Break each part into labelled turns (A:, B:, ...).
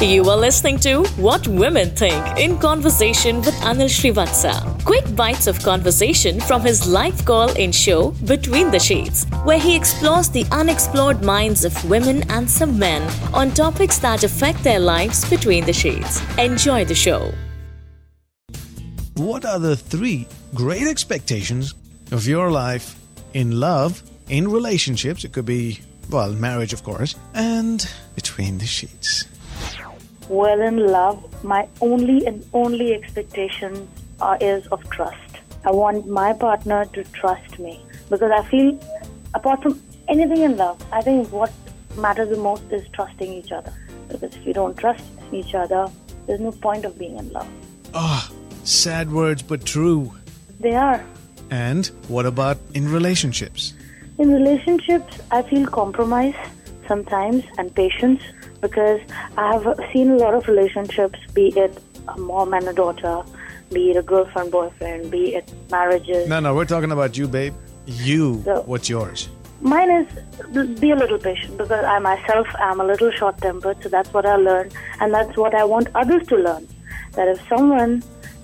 A: You are listening to What Women Think in conversation with Anil Srivatsa. Quick bites of conversation from his live call in show Between the Shades, where he explores the unexplored minds of women and some men on topics that affect their lives between the shades. Enjoy the show.
B: What are the three great expectations of your life in love, in relationships? It could be, well, marriage, of course, and between the sheets.
C: well in love, my only and only expectation uh, is of trust. I want my partner to trust me because I feel, apart from anything in love, I think what matters the most is trusting each other. Because if you don't trust each other, there's no point of being in love.
B: Ah, sad words, but true.
C: They are.
B: And what about in relationships?
C: In relationships, I feel compromise sometimes and patience because I have seen a lot of relationships, be it a mom and a daughter, be it a girlfriend, boyfriend, be it marriages.
B: No, no, we're talking about you, babe. You,
C: So-
B: what's yours?
C: Mine is be a little patient because I myself am a little short tempered, so that's what I learned, and that's what I want others to learn. That if someone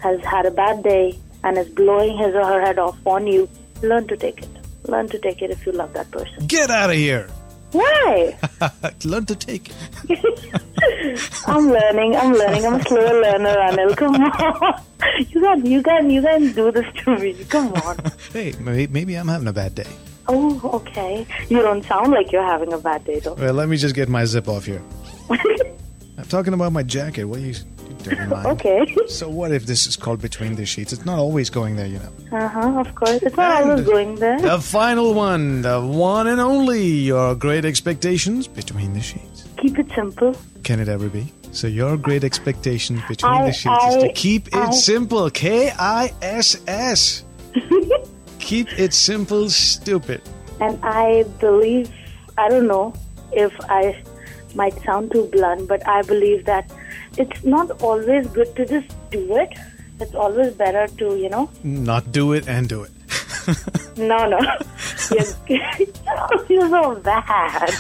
C: has had a bad day and is blowing his or her head off on you, learn to take it. Learn to take it if you love that person.
B: Get out of here!
C: Why?
B: Learn to take. it.
C: I'm learning. I'm learning. I'm a slow learner, Anil. Come on. You can, you can, you can do this to me. Come on.
B: Hey, maybe, maybe I'm having a bad day.
C: Oh, okay. You don't sound like you're having a bad day, though.
B: Well, let me just get my zip off here. I'm talking about my jacket. What are you, you dirty mind?
C: Okay.
B: So what if this is called between the sheets? It's not always going there, you know.
C: Uh huh. Of course. It's not always
B: And-
C: going there.
B: The final one, the one and only, your great expectations between the sheets.
C: Keep it simple.
B: Can it ever be? So your great expectations between
C: I-
B: the sheets is to
C: I-
B: keep it
C: I-
B: simple. K I S S. Keep it simple, stupid.
C: And I believe, I don't know if I might sound too blunt, but I believe that it's not always good to just do it. It's always better to, you know,
B: Not do it and do it.
C: no, no. You're, you're so bad.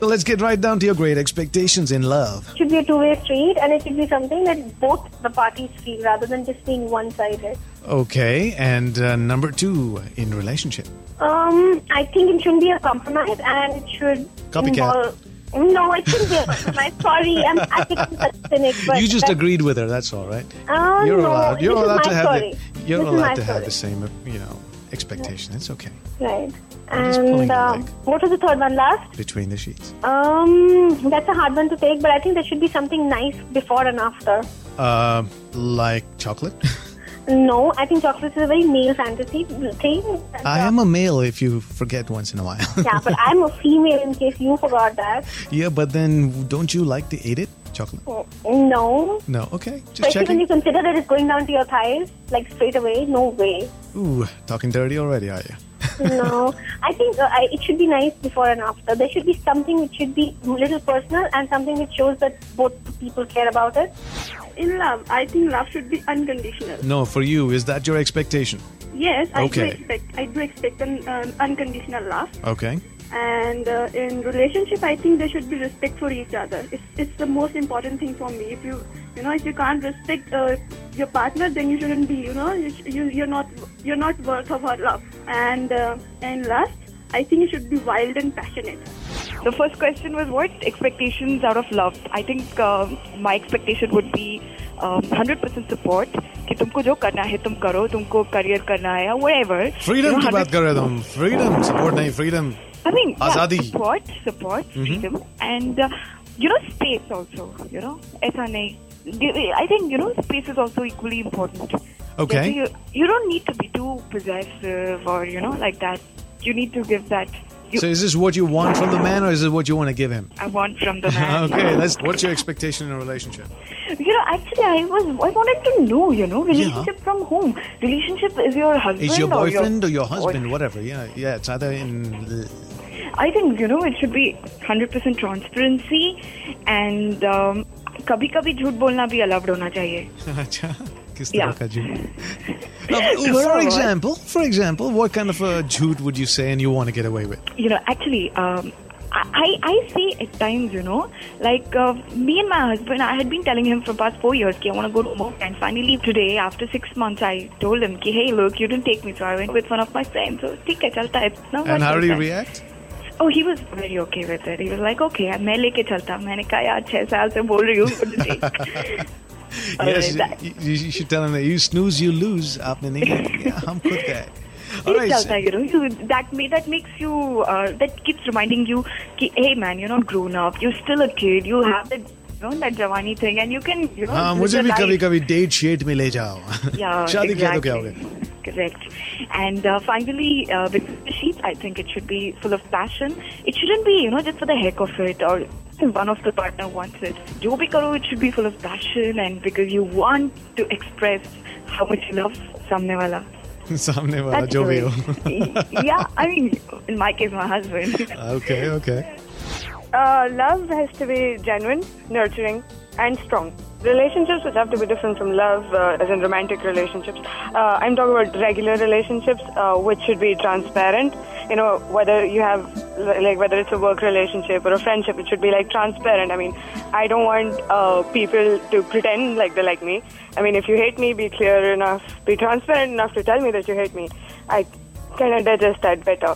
B: So let's get right down to your great expectations in love.
D: should be a two-way street and it should be something that both the parties feel rather than just being one-sided.
B: Okay, and uh, number two in relationship.
D: Um, I think it shouldn't be a compromise and it should
B: Copycat.
D: involve... No, it shouldn't be a compromise. Sorry, I'm I think I'm such a cynic. But
B: you just
D: that-
B: agreed with her. That's all right.
D: Ah,
B: you're
D: no,
B: allowed. You're
D: this is
B: allowed
D: my
B: to have.
D: story.
B: The, you're
D: This is
B: allowed
D: my
B: to have the
D: story.
B: same, you know, expectation. It's okay.
D: Right.
B: just pulling
D: And
B: your
D: um,
B: leg.
D: what was the third one last?
B: Between the sheets.
D: Um, that's a hard one to take, but I think there should be something nice before and after.
B: Um, like chocolate.
D: No, I think chocolate is a very male fantasy thing.
B: I am a male. If you forget once in a while.
D: Yeah, but I'm a female in case you forgot that.
B: yeah, but then don't you like to eat it? Chocolate.
D: No.
B: No. Okay. Just
D: Especially when you
B: checking.
D: consider that it's going down to your thighs, like straight away, no way.
B: Ooh, talking dirty already, are you?
D: No, I think uh, I, it should be nice before and after. There should be something which should be a little personal and something which shows that both people care about it.
E: In love, I think love should be unconditional.
B: No, for you, is that your expectation?
E: Yes, I
B: Okay.
E: do expect. I do expect an um, unconditional love.
B: Okay.
E: And uh, in relationship, I think there should be respect for each other. It's it's the most important thing for me. If you you know if you can't respect uh, your partner, then you shouldn't be. You know you, sh- you you're not you're not worth of her love. And uh, and last, I think you should be wild and passionate.
F: The first question was what expectations out of love. I think uh, my expectation would be um, 100% support कि तुमको जो करना है तुम करो तुमको career करना है whatever.
B: Freedom
F: you
B: की
F: know,
B: बात कर रहे थे हम. Freedom, support नहीं, freedom.
F: I mean, yeah,
B: आजादी. Mm-hmm.
F: support, support, freedom, and uh, you know, space also. You know, ऐसा नहीं. I think you know, space is also equally important.
B: Okay.
F: You, you don't need to be too possessive or you know like that. You need to give that. You,
B: So is this what you want from the man, or is this what you want to give him?
F: I want from the man.
B: Okay, that's what's your expectation in a relationship?
F: You know, actually, I was I wanted to know. You know, relationship from whom? Relationship is your husband.
B: Is your
F: or
B: boyfriend or your husband, whatever. Yeah, yeah. It's either in.
F: I think you know it should be 100% transparency and um, कभी कभी झूठ बोलना भी allowed होना चाहिए.
B: अच्छा, किस
F: Yeah.
B: तरह का झूठ? Now, for
F: बहुत।
B: example, for example, what kind of a jute would you say and you want to get away with?
F: You know, actually, um, I, I, I say at times, you know, like uh, me and my husband, I had been telling him for past four years, okay, I want to go to America. And finally today, after six months, I told him, ki, hey, look, you didn't take me. So I went with one of my friends. So, ठीक है, चलता है. Now
B: And
F: what
B: how did he
F: चलता है?
B: react?
F: Oh, he was very okay with it. He was like, okay, मैं लेके चलता. मैंने कहा यार छह साल से बोल रही हूँ for the take.
B: Yes,
F: Oh, that-
B: you, you- you should tell him that you snooze, you lose. Aapne nahi yeah, hum khud gaye. All
F: It
B: right,
F: does, you know. You, that may, that makes you uh, that keeps reminding you, ki, hey man, you're not grown up. You're still a kid. You have that you know that jawani thing, and you can you know.
B: हाँ
F: live
B: मुझे
F: your
B: भी
F: life.
B: कभी कभी date शेट में ले जाओ
F: Yeah,
B: शादी किया तो क्या हो
F: exactly.
B: गया
F: Correct. And uh, finally, uh, with the sheet, I think it should be full of passion. It shouldn't be, you know, just for the heck of it or one of the partner wants it. Jo bhi karo, it should be full of passion and because you want to express how much you love samne wala.
B: सामने वाला
F: That's
B: जो भी
F: good.
B: हो
F: yeah, I mean, in my case, my husband.
B: Okay, okay.
G: Uh, love has to be genuine, nurturing, and strong. Relationships which have to be different from love, uh, as in romantic relationships. Uh, I'm talking about regular relationships, uh, which should be transparent. You know, whether you have, li- like, whether it's a work relationship or a friendship, it should be like transparent. I mean, I don't want uh, people to pretend like they like me. I mean, if you hate me, be clear enough, be transparent enough to tell me that you hate me. I kind of digest that better.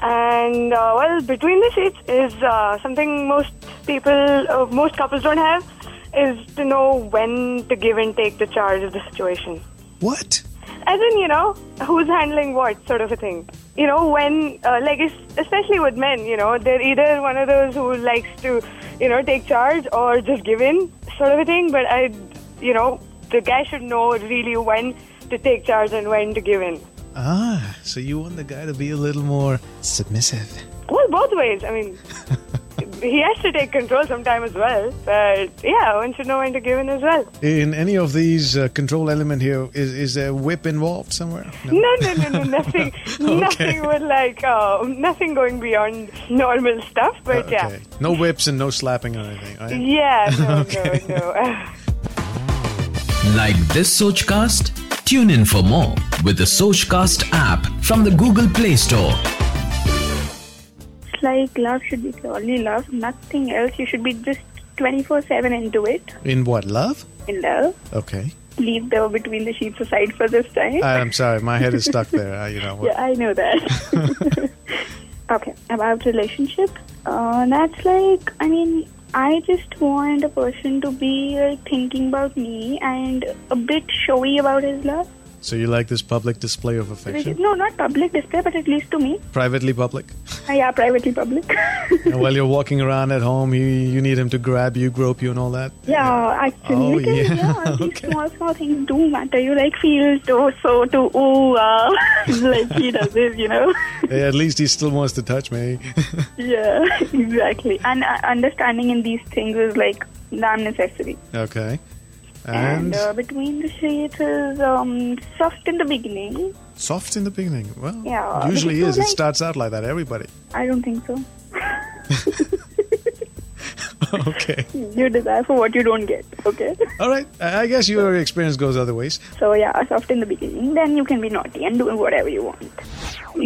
G: And uh, well, between the sheets is uh, something most people, uh, most couples don't have, is to know when to give and take the charge of the situation.
B: What?
G: As in, you know, who's handling what sort of a thing. You know, when, uh, like, es- especially with men, you know, they're either one of those who likes to, you know, take charge or just give in sort of a thing. But I, you know, the guy should know really when to take charge and when to give in.
B: Ah, so you want the guy to be a little more submissive.
G: Well, both ways. I mean, he has to take control sometime as well. But yeah, one should know when to give in as well.
B: In any of these uh, control element here, is is there whip involved somewhere?
G: No, no, no, no, nothing, nothing with like, uh, nothing going beyond normal stuff. But
B: Uh, Okay.
G: yeah,
B: No whips and no slapping or anything, right?
G: yeah, no,
B: Okay.
G: no, no.
H: Like this Sochcast? Tune in for more with the Sochcast app from the Google Play Store.
D: It's like love should be purely love, nothing else. You should be just 24 7 into it,
B: In what love?
D: in love.
B: Okay.
D: Leave the between the sheets aside for this time.
B: I'm sorry, my head is stuck there. Uh, you know. What?
D: Yeah, I know that. okay, about relationship, uh, that's like, I mean, I just want a person to be like, thinking about me and a bit showy about his love.
B: So you like this public display of
D: Which is-
B: affection?
D: No, not public display, but at least to me.
B: Privately public?
D: Uh, yeah, privately public.
B: and while you're walking around at home, you you need him to grab you, grope you, and all that.
D: yeah, actually,
B: Oh,
D: because,
B: yeah,
D: yeah, these
B: okay.
D: small, small things do matter. You like feel so, so to, ooh, wow, like he does this, you know.
B: Hey, at least he still wants to touch me.
D: Yeah, exactly. And uh, understanding in these things is like damn necessary.
B: okay. And,
D: And, uh, between the sheets is um, soft in the beginning.
B: soft in the beginning. Well,
D: Yeah, but
B: usually
D: it's
B: is.
D: so
B: It
D: nice.
B: starts out like that. Everybody.
D: I don't think so.
B: okay.
D: You desire for what you don't get. Okay.
B: All right. I I guess your experience goes other ways.
D: So yeah, soft in the beginning. Then you can be naughty and do whatever you want.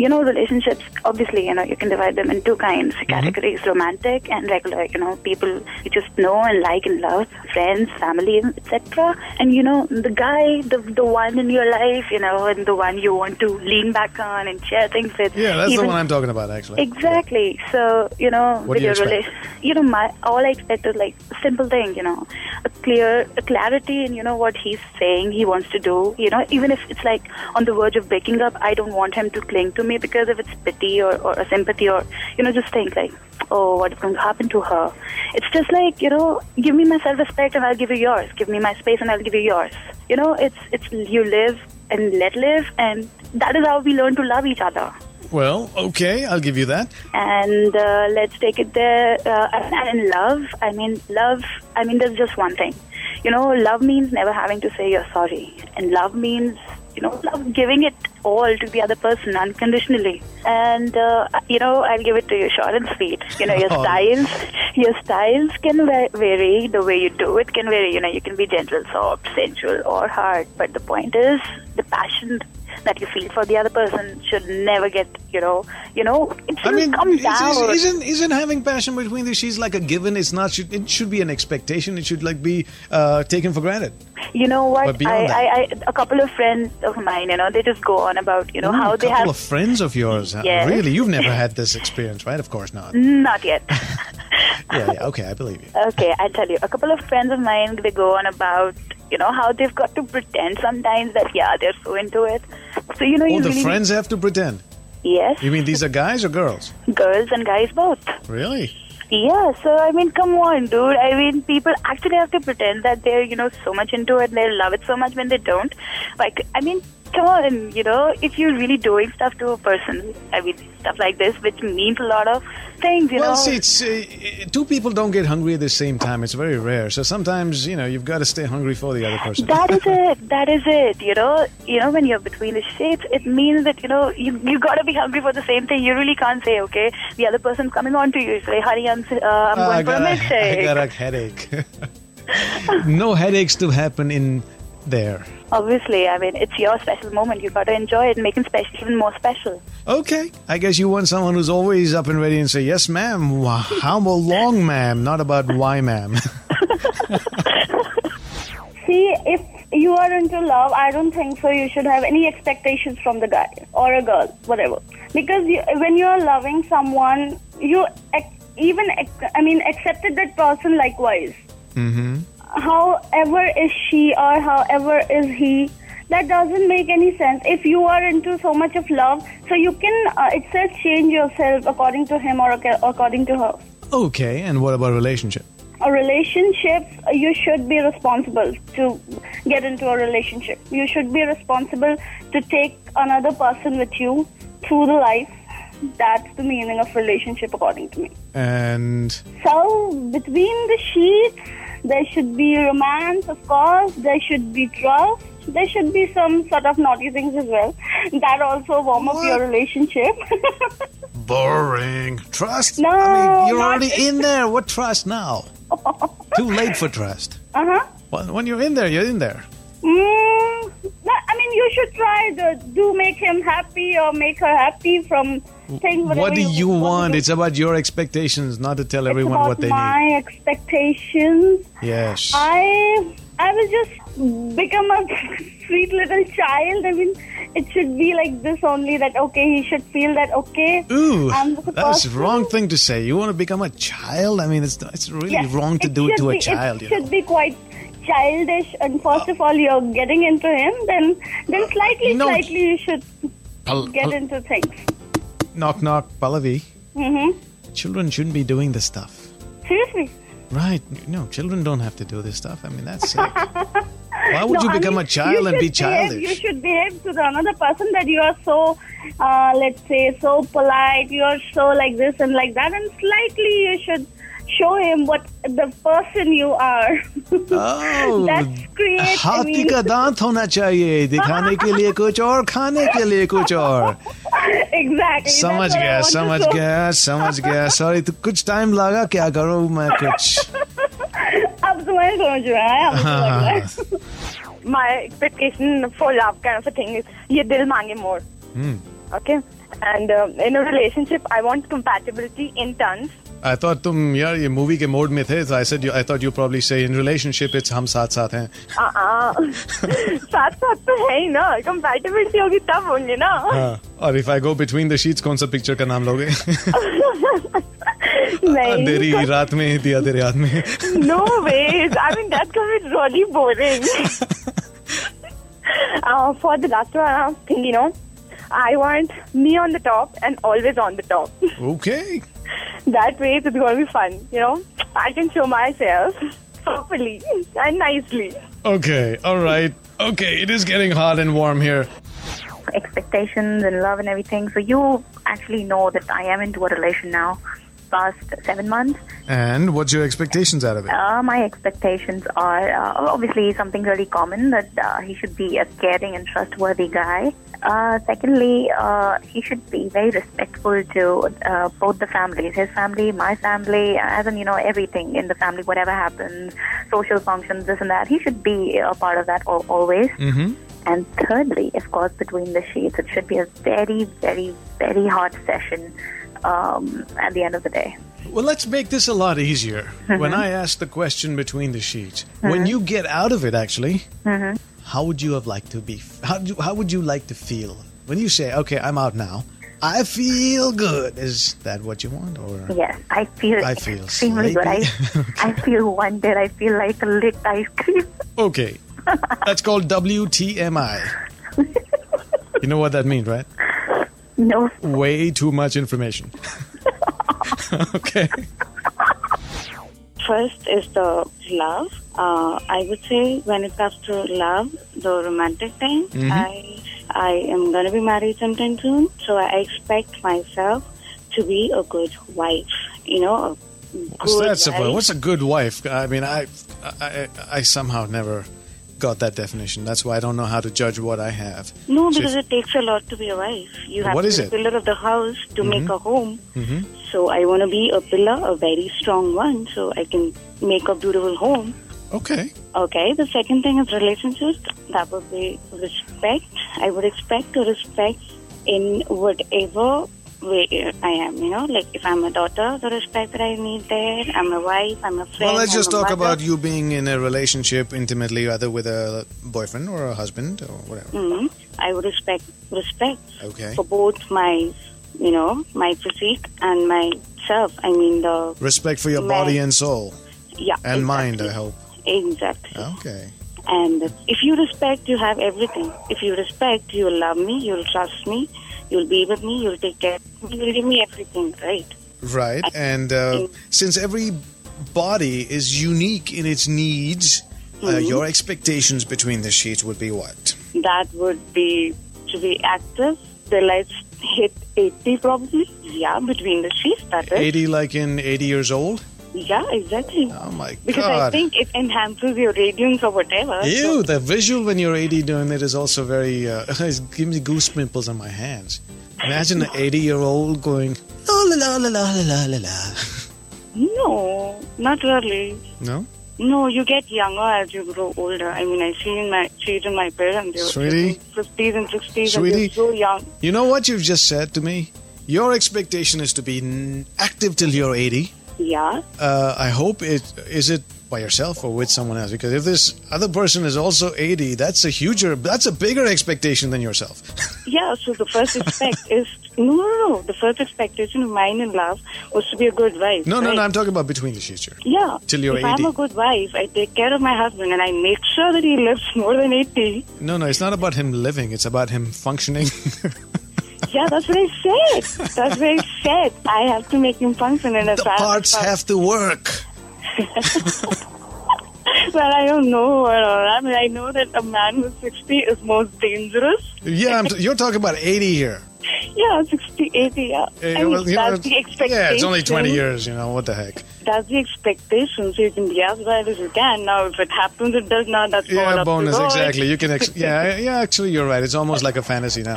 I: you know, relationships, obviously, you know, you can divide them in two kinds
B: Mm-hmm.
I: categories romantic and regular, you know, people you just know and like and love, friends, family, etc. And, you know, the guy, the, the one in your life, you know, and the one you want to lean back on and share things with.
B: Yeah, that's the
I: even-
B: one I'm talking about, actually.
I: Exactly. So you know,
B: What do you
I: with your
B: expect?
I: rela- you know, my all I expect is like a simple thing. You know, a clear, a clarity, and you know what he's saying he wants to do. You know, even if it's like on the verge of breaking up, I don't want him to cling to me because if it's pity or or a sympathy or you know, just think like, oh, what is going to happen to her? It's just like you know, give me my self-respect and I'll give you yours. Give me my space and I'll give you yours. You know, it's it's you live and let live, and that is how we learn to love each other
B: Well, okay, I'll give you that.
I: and uh, let's take it there. Uh, and in love, I mean, love, I mean, there's just one thing. You know, love means never having to say you're sorry. And love means, you know, love giving it all to the other person unconditionally. And, uh, you know, I'll give it to you short and sweet. You know, your
B: Oh.
I: styles, your styles can va- vary. The way you do it can vary. You know, you can be gentle, soft, sensual, or hard. But the point is, the passion that you feel for the other person should never get, you know, you know, it
B: I
I: shouldn't
B: mean,
I: come
B: is-
I: down.
B: is- isn't isn't having passion between the she's like a given? It's not. Should, it should be an expectation. It should like be uh, taken for granted.
I: You know
B: But
I: what? I,
B: beyond
I: I, I, a couple of friends of mine, you know, they just go on about, you know,
B: Ooh,
I: how
B: a
I: they
B: Mm, Hmm, couple
I: have.
B: of friends of yours. huh?
I: Yes.
B: Really, you've never had this experience, right? Of course not.
I: Not yet.
B: Yeah, yeah. Okay, I believe you.
I: Okay, I tell you, a couple of friends of mine they go on about you know how they've got to pretend sometimes that yeah they're so into it. So you know
B: All
I: you
B: the
I: really
B: friends have to pretend.
I: yes
B: You mean these are guys or girls?
I: girls and guys both.
B: Really?
I: Yeah, so I mean come on, dude. I mean people actually have to pretend that they're you know so much into it and they love it so much when they don't. Like I mean. Come on, you know, if you're really doing stuff to a person, I mean, stuff like this, which means a lot of things, you
B: well,
I: know.
B: see, it's, uh, two people don't get hungry at the same time. It's very rare. So sometimes, you know, you've got to stay hungry for the other person.
I: That is it. That is it. You know, you know when you're between the shades, it means that you know you you gotta be hungry for the same thing. You really can't say okay. The other person's coming on to you. Say, honey, I'm uh, I'm
B: Ah, I got
I: going for a
B: a, I
I: milkshake.
B: got a headache. no headaches to happen in there.
I: Obviously, I mean it's your special moment. You gotta enjoy it, and make it special, even more special.
B: Okay, I guess you want someone who's always up and ready and say, yes, ma'am. Wha- How long, ma'am? Not about why, ma'am.
J: See, if you are into love, I don't think so. You should have any expectations from the guy or a girl, whatever. Because you, when you are loving someone, you ac- even ac- I mean accepted that person likewise.
B: mm-hmm.
J: However, is she or however is he? That doesn't make any sense. If you are into so much of love, so you can uh, itself change yourself according to him or ac- according to her.
B: Okay, and what about relationship?
J: a relationship you should be responsible to get into a relationship you should be responsible to take another person with you through the life that's the meaning of relationship according to me
B: And
J: so between the sheets there should be romance of course there should be trust there should be some sort of naughty things as well that also warm up your relationship
B: boring. Trust?
J: No,
B: I mean, you're
J: not-
B: already in there. What trust now? Too late for trust.
J: uh-huh
B: Well, when you're in there, you're in there.
J: Mm, no, I mean, you should try the do make him happy or make her happy from things. whatever
B: What do you
J: to
B: want?
J: do.
B: It's about your expectations, not to tell
J: It's
B: everyone
J: about
B: what they
J: my expectations.
B: need. Yes.
J: I I was just become a sweet little child. I mean, it should be like this only that okay, he should feel that okay.
B: Ooh,
J: I'm the
B: that was
J: person-
B: wrong thing to say. You want to become a child? I mean, it's it's really
J: Yes,
B: wrong to do it
J: should
B: to
J: be,
B: a child.
J: It
B: You
J: should
B: know?
J: be quite childish. And first of all, you're getting into him. Then then slightly,
B: No.
J: slightly, you should
B: Pal-
J: get
B: pal-
J: into things.
B: knock knock, Pallavi.
J: Mm-hmm.
B: Children shouldn't be doing this stuff,
J: Seriously.
B: right? No, children don't have to do this stuff. I mean, that's sick. Why would
J: No,
B: you
J: I
B: become
J: mean,
B: a child
J: you
B: and be
J: should behave-
B: childish?
J: you should behave to the another person that you are so, uh, let's say, so polite. You are so like this and like that, and slightly you should show him what the person you are.
B: Oh,
J: that's create. I
B: हाथी
J: mean,
B: का दांत होना चाहिए दिखाने के लिए कुछ और खाने के लिए कुछ और
J: exactly. that's
B: समझ
J: what I
B: गया
J: want to
B: समझ
J: show.
B: गया समझ गया सॉरी तो कुछ टाइम लगा क्या करो मैं कुछ
J: अब तुम्हें समझ में आया अब
B: हाँ,
J: समझ में
B: हाँ,
J: आया।
K: my expectation for love kind of a thing is ye dil mange more.
B: Hmm.
K: Okay. And um, in a relationship, I want compatibility in tons.
B: I thought तुम यार ये मूवी के मोड में थे I said I thought you probably say in relationship it's हम साथ साथ हैं
K: Uh-uh. साथ साथ तो है ही ना कंपैटिबिलिटी होगी तब होंगे ना
B: हाँ, और if I go between the sheets कौन सा पिक्चर का नाम लोगे
K: नहीं
B: अंधेरी रात में दिया तेरे हाथ में
K: no way I mean that's going really boring uh, for the last one thing you know i want me on the top and always on the top
B: okay
K: That way, it's going to be fun. You know, I can show myself properly and nicely.
B: Okay, all right. Okay, it is getting hot and warm here.
I: Expectations and love and everything. So you actually know that I am into a relation now. Past seven months,
B: And what's your expectations out of it?
I: uh, my expectations are uh, obviously something really common that uh, he should be a caring and trustworthy guy. Uh, secondly, uh, he should be very respectful to uh, both the families, his family, my family, as in, you know, everything in the family, whatever happens, social functions, this and that. He should be a part of that al- always.
B: Mm-hmm.
I: And thirdly, of course, between the sheets, it should be a very, very, very hot session um, at the end of the day.
B: Well, let's make this a lot easier. When I asked the question between the sheets, when you get out of it, actually,
I: Mm-hmm.
B: how would you have liked to be? How, do, how would you like to feel when you say, "Okay, I'm out now. I feel good." Is that what you want, or
I: Yes, I feel
B: I feel
I: extremely good. I, I feel wonder. I feel like a lit ice cream.
B: okay? That's called WTMI. you know what that means, right?
I: No.
B: Way too much information. okay.
L: First is the love. Uh, I would say when it comes to love, the romantic thing,
B: Mm-hmm.
M: Mhm.
L: I I am gonna be married sometime soon, so I expect myself to be a good wife. You know, a good
B: What's that
L: wife.
B: supposed? What's a good wife? I mean, I, I, I somehow never got that definition. That's why I don't know how to judge what I have.
L: No, because it takes a lot to be a wife. You have
B: What
L: to
B: is
L: be
B: it?
L: a pillar of the house to make
B: Mhm.
L: a home.
B: hmm
L: So I want to be a pillar, a very strong one, so I can make a beautiful home.
B: Okay.
L: Okay, the second thing is relationships. That would be respect. I would expect to respect in whatever way I am, you know, like if I'm a daughter, the respect that I need there. I'm a wife, I'm a friend.
B: Well, let's
L: I'm
B: just
L: a
B: talk
L: mother.
B: about you being in a relationship intimately, either with a boyfriend or a husband or whatever.
L: Mhm. I would respect respect
B: Okay.
L: for both my, you know, my physique and myself. I mean, the
B: Respect for your
L: Man.
B: body and soul
L: yeah,
B: and mind, uh, I hope.
L: exactly.
B: Okay.
L: And if you respect, you have everything. If you respect, you'll love me, you'll trust me, you'll be with me, you'll take care of me, you'll give me everything, right?
B: Right. And uh, since every body is unique in its needs, uh,
L: Mhm.
B: your expectations between the sheets would be what?
L: That would be to be active till I hit 80 probably. Yeah, between the sheets, that is.
B: 80 like in 80 years old?
L: Yeah, exactly.
B: Oh my
L: Because I
B: God.
L: think it enhances your radiance or whatever. So-
B: Ew, the visual when you're 80 doing it is also very. Uh, it gives me goose pimples on my hands. Imagine an 80 year old going, la la la la la la la la.
L: No, not really.
B: No?
L: No, you get younger as you grow older. I mean, I see in my see it in my parents. They were
B: Sweetie?
L: 50s and 60s,
B: Sweetie?
L: and they're so young.
B: You know what you've just said to me? Your expectation is to be n- active till you're 80.
L: Yeah.
B: Uh, I hope it is it by yourself or with someone else because if this other person is also 80, that's a huger, that's a bigger expectation than yourself.
L: Yeah, so the first expect is no, no, no. The first expectation of mine in love was to be a good wife.
B: No, no,
L: right?
B: no. I'm talking about between the sheets here.
L: Yeah.
B: Till you're
L: if I'm
B: 80.
L: a good wife, I take care of my husband and I make sure that he lives more than 80.
B: No, no. It's not about him living. It's about him functioning.
L: Yeah, that's what I said. That's what I said. I have to make him function in a
B: the parts have to work.
L: Well, I don't know. uh, I mean, I know that a man who's 60 is most dangerous.
B: Yeah, I'm t- you're talking about 80 here.
L: Yeah, 60, 80, yeah.
B: Eh,
L: I mean,
B: well, you know,
L: that's the expectation.
B: Yeah, it's only 20 years. You know what the heck?
L: That's the expectation. So you can be as wild as you can. Now, if it happens, it does not. That's all up
B: Yeah,
L: to
B: bonus
L: God.
B: exactly. You can. Ex- yeah, yeah. Actually, you're right. It's almost like a fantasy now.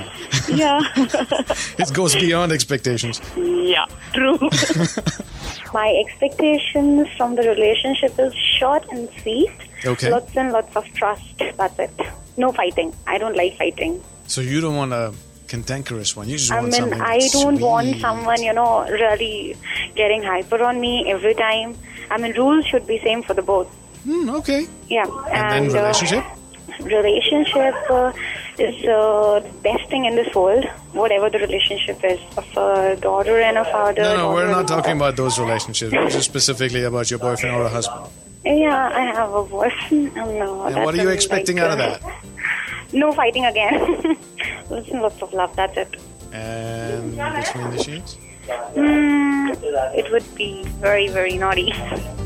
L: Yeah.
B: It goes beyond expectations.
L: yeah, true.
M: My expectations from the relationship is short and sweet.
B: Okay.
M: Lots and lots of trust. That's it. No fighting. I don't like fighting.
B: So you don't want a cantankerous one. You just
M: I
B: want
M: mean,
B: something.
M: I don't want
B: sweet.
M: someone, you know, really getting hyper on me every time. I mean, rules should be same for the both.
B: Hmm, okay.
M: Yeah.
B: And then
M: uh,
B: relationship.
M: relationship uh, is uh, the best thing in this world, whatever the relationship is of a daughter and a father.
B: No, no,
M: daughter
B: we're
M: and
B: not
M: a
B: talking about those relationships. We're just specifically about your boyfriend or a husband.
M: Yeah, I have a boyfriend. Um, no,
B: And what
M: that's
B: are you
M: a-
B: expecting
M: like,
B: out of
M: uh,
B: that?
M: No fighting again. Listen, lots of love. That's it.
B: And between the sheets.
M: Mm, it would be very, very naughty.